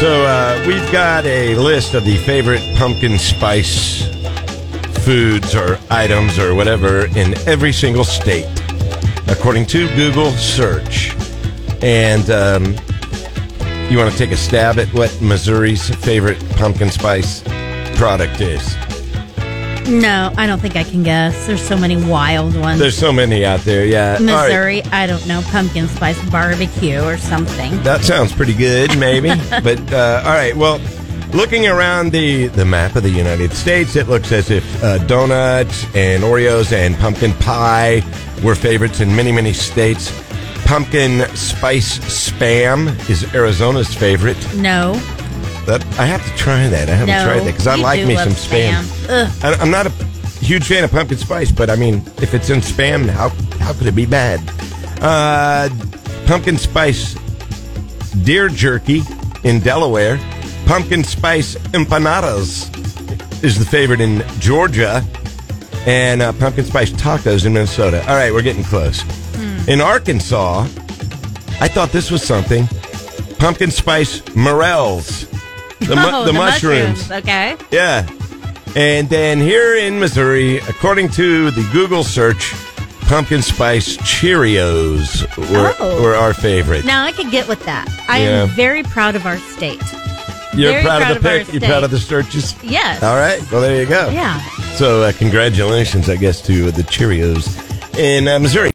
So uh, we've got a list of the favorite pumpkin spice foods or items or whatever in every single state, according to Google search. And um, you want to take a stab at what Missouri's favorite pumpkin spice product is? No, I don't think I can guess. There's so many wild ones. There's so many out there. Yeah, All right. Missouri, I don't know, pumpkin spice barbecue or something. That sounds pretty good, maybe. but uh, all right, well, looking around the the map of the United States, it looks as if uh, donuts and Oreos and pumpkin pie were favorites in many many states. Pumpkin spice spam is Arizona's favorite. No, That I have to try that. I haven't No, tried that because I you like do me some love spam. spam. Ugh. I, I'm not a huge fan of pumpkin spice, but I mean, if it's in spam, how how could it be bad? Uh, pumpkin spice deer jerky in Delaware. Pumpkin spice empanadas is the favorite in Georgia, and uh, pumpkin spice tacos in Minnesota. All right, we're getting close. Hmm. In Arkansas, I thought this was something. Pumpkin spice morels, the, mu- Oh, the, mushrooms. Okay. Yeah. And then here in Missouri, according to the Google search, pumpkin spice Cheerios were, Oh. were our favorite. Now I could get with that. I am Yeah. very proud of our state. You're very proud, proud of of the our pick. You're state. proud of the searches. Yes. All right. Well, there you go. Yeah. So uh, congratulations, I guess, to the Cheerios in uh, Missouri.